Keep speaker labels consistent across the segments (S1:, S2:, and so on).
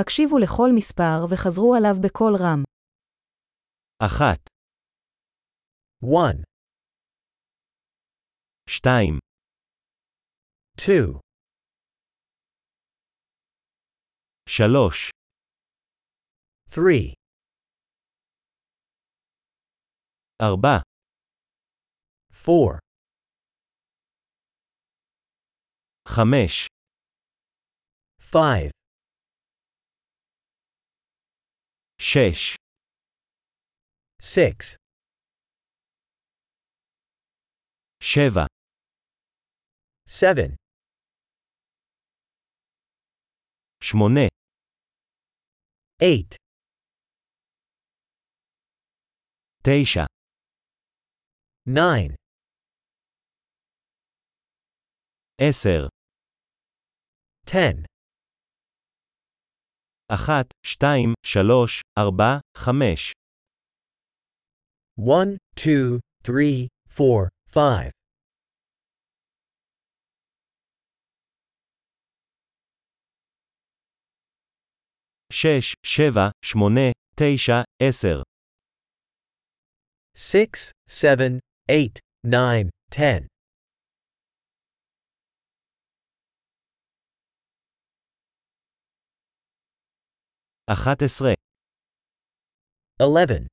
S1: הקשיבו לכל מספר וחזרו עליו בקול רם.
S2: אחת,
S3: One,
S2: שתיים,
S3: two,
S2: שלוש,
S3: three,
S2: ארבע,
S3: four,
S2: חמש,
S3: five,
S2: שש,
S3: six,
S2: שבע,
S3: seven,
S2: שמונה,
S3: eight,
S2: תשע,
S3: nine,
S2: עשר,
S3: ten,
S2: אחת, שתיים, שלוש, ארבע, חמש,
S3: one, two, three, four, five,
S2: שש, שבע, שמונה, תשע, עשר,
S3: six, seven, eight, nine, ten,
S2: אחת עשרה,
S3: eleven,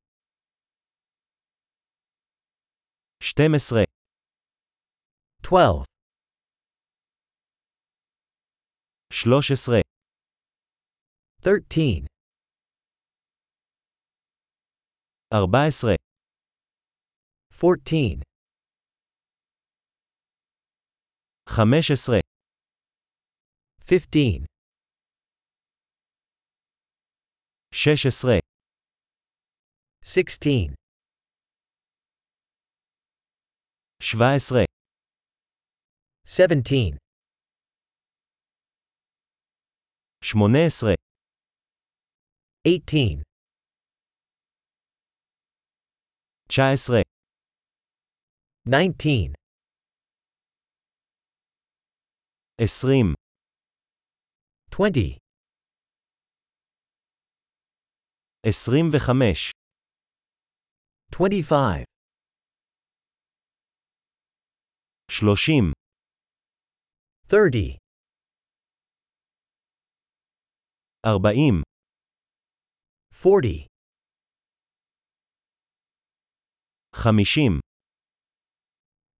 S2: שתים עשרה,
S3: twelve,
S2: שלוש עשרה,
S3: thirteen,
S2: ארבע עשרה,
S3: fourteen,
S2: חמש עשרה,
S3: fifteen,
S2: שש עשרה,
S3: sixteen,
S2: שבע עשרה,
S3: seventeen,
S2: שמונה עשרה,
S3: eighteen,
S2: תשע עשרה,
S3: nineteen,
S2: עשרים,
S3: twenty,
S2: עשרים וחמש,
S3: twenty-five,
S2: שלושים,
S3: thirty,
S2: ארבעים,
S3: forty,
S2: חמישים,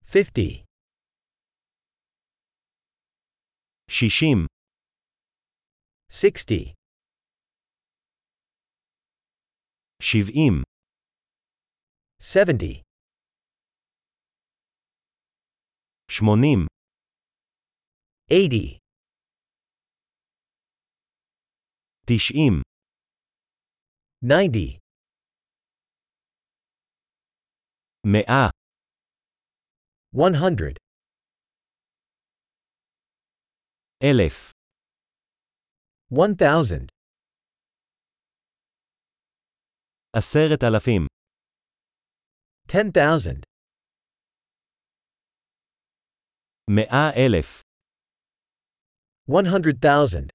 S3: fifty,
S2: שישים,
S3: sixty,
S2: שבעים,
S3: seventy,
S2: שמונים,
S3: eighty,
S2: תשעים,
S3: ninety,
S2: מאה,
S3: one hundred,
S2: אלף,
S3: one thousand,
S2: עשרת אלפים,
S3: ten thousand,
S2: מאה אלף,
S3: one hundred thousand,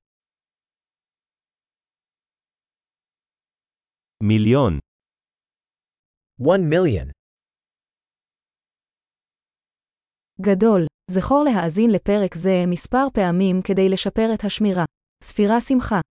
S2: מיליון,
S3: one million.
S1: גדול, זכור להאזין לפרק זה מספר פעמים כדי לשפר את השמירה. ספירה שמחה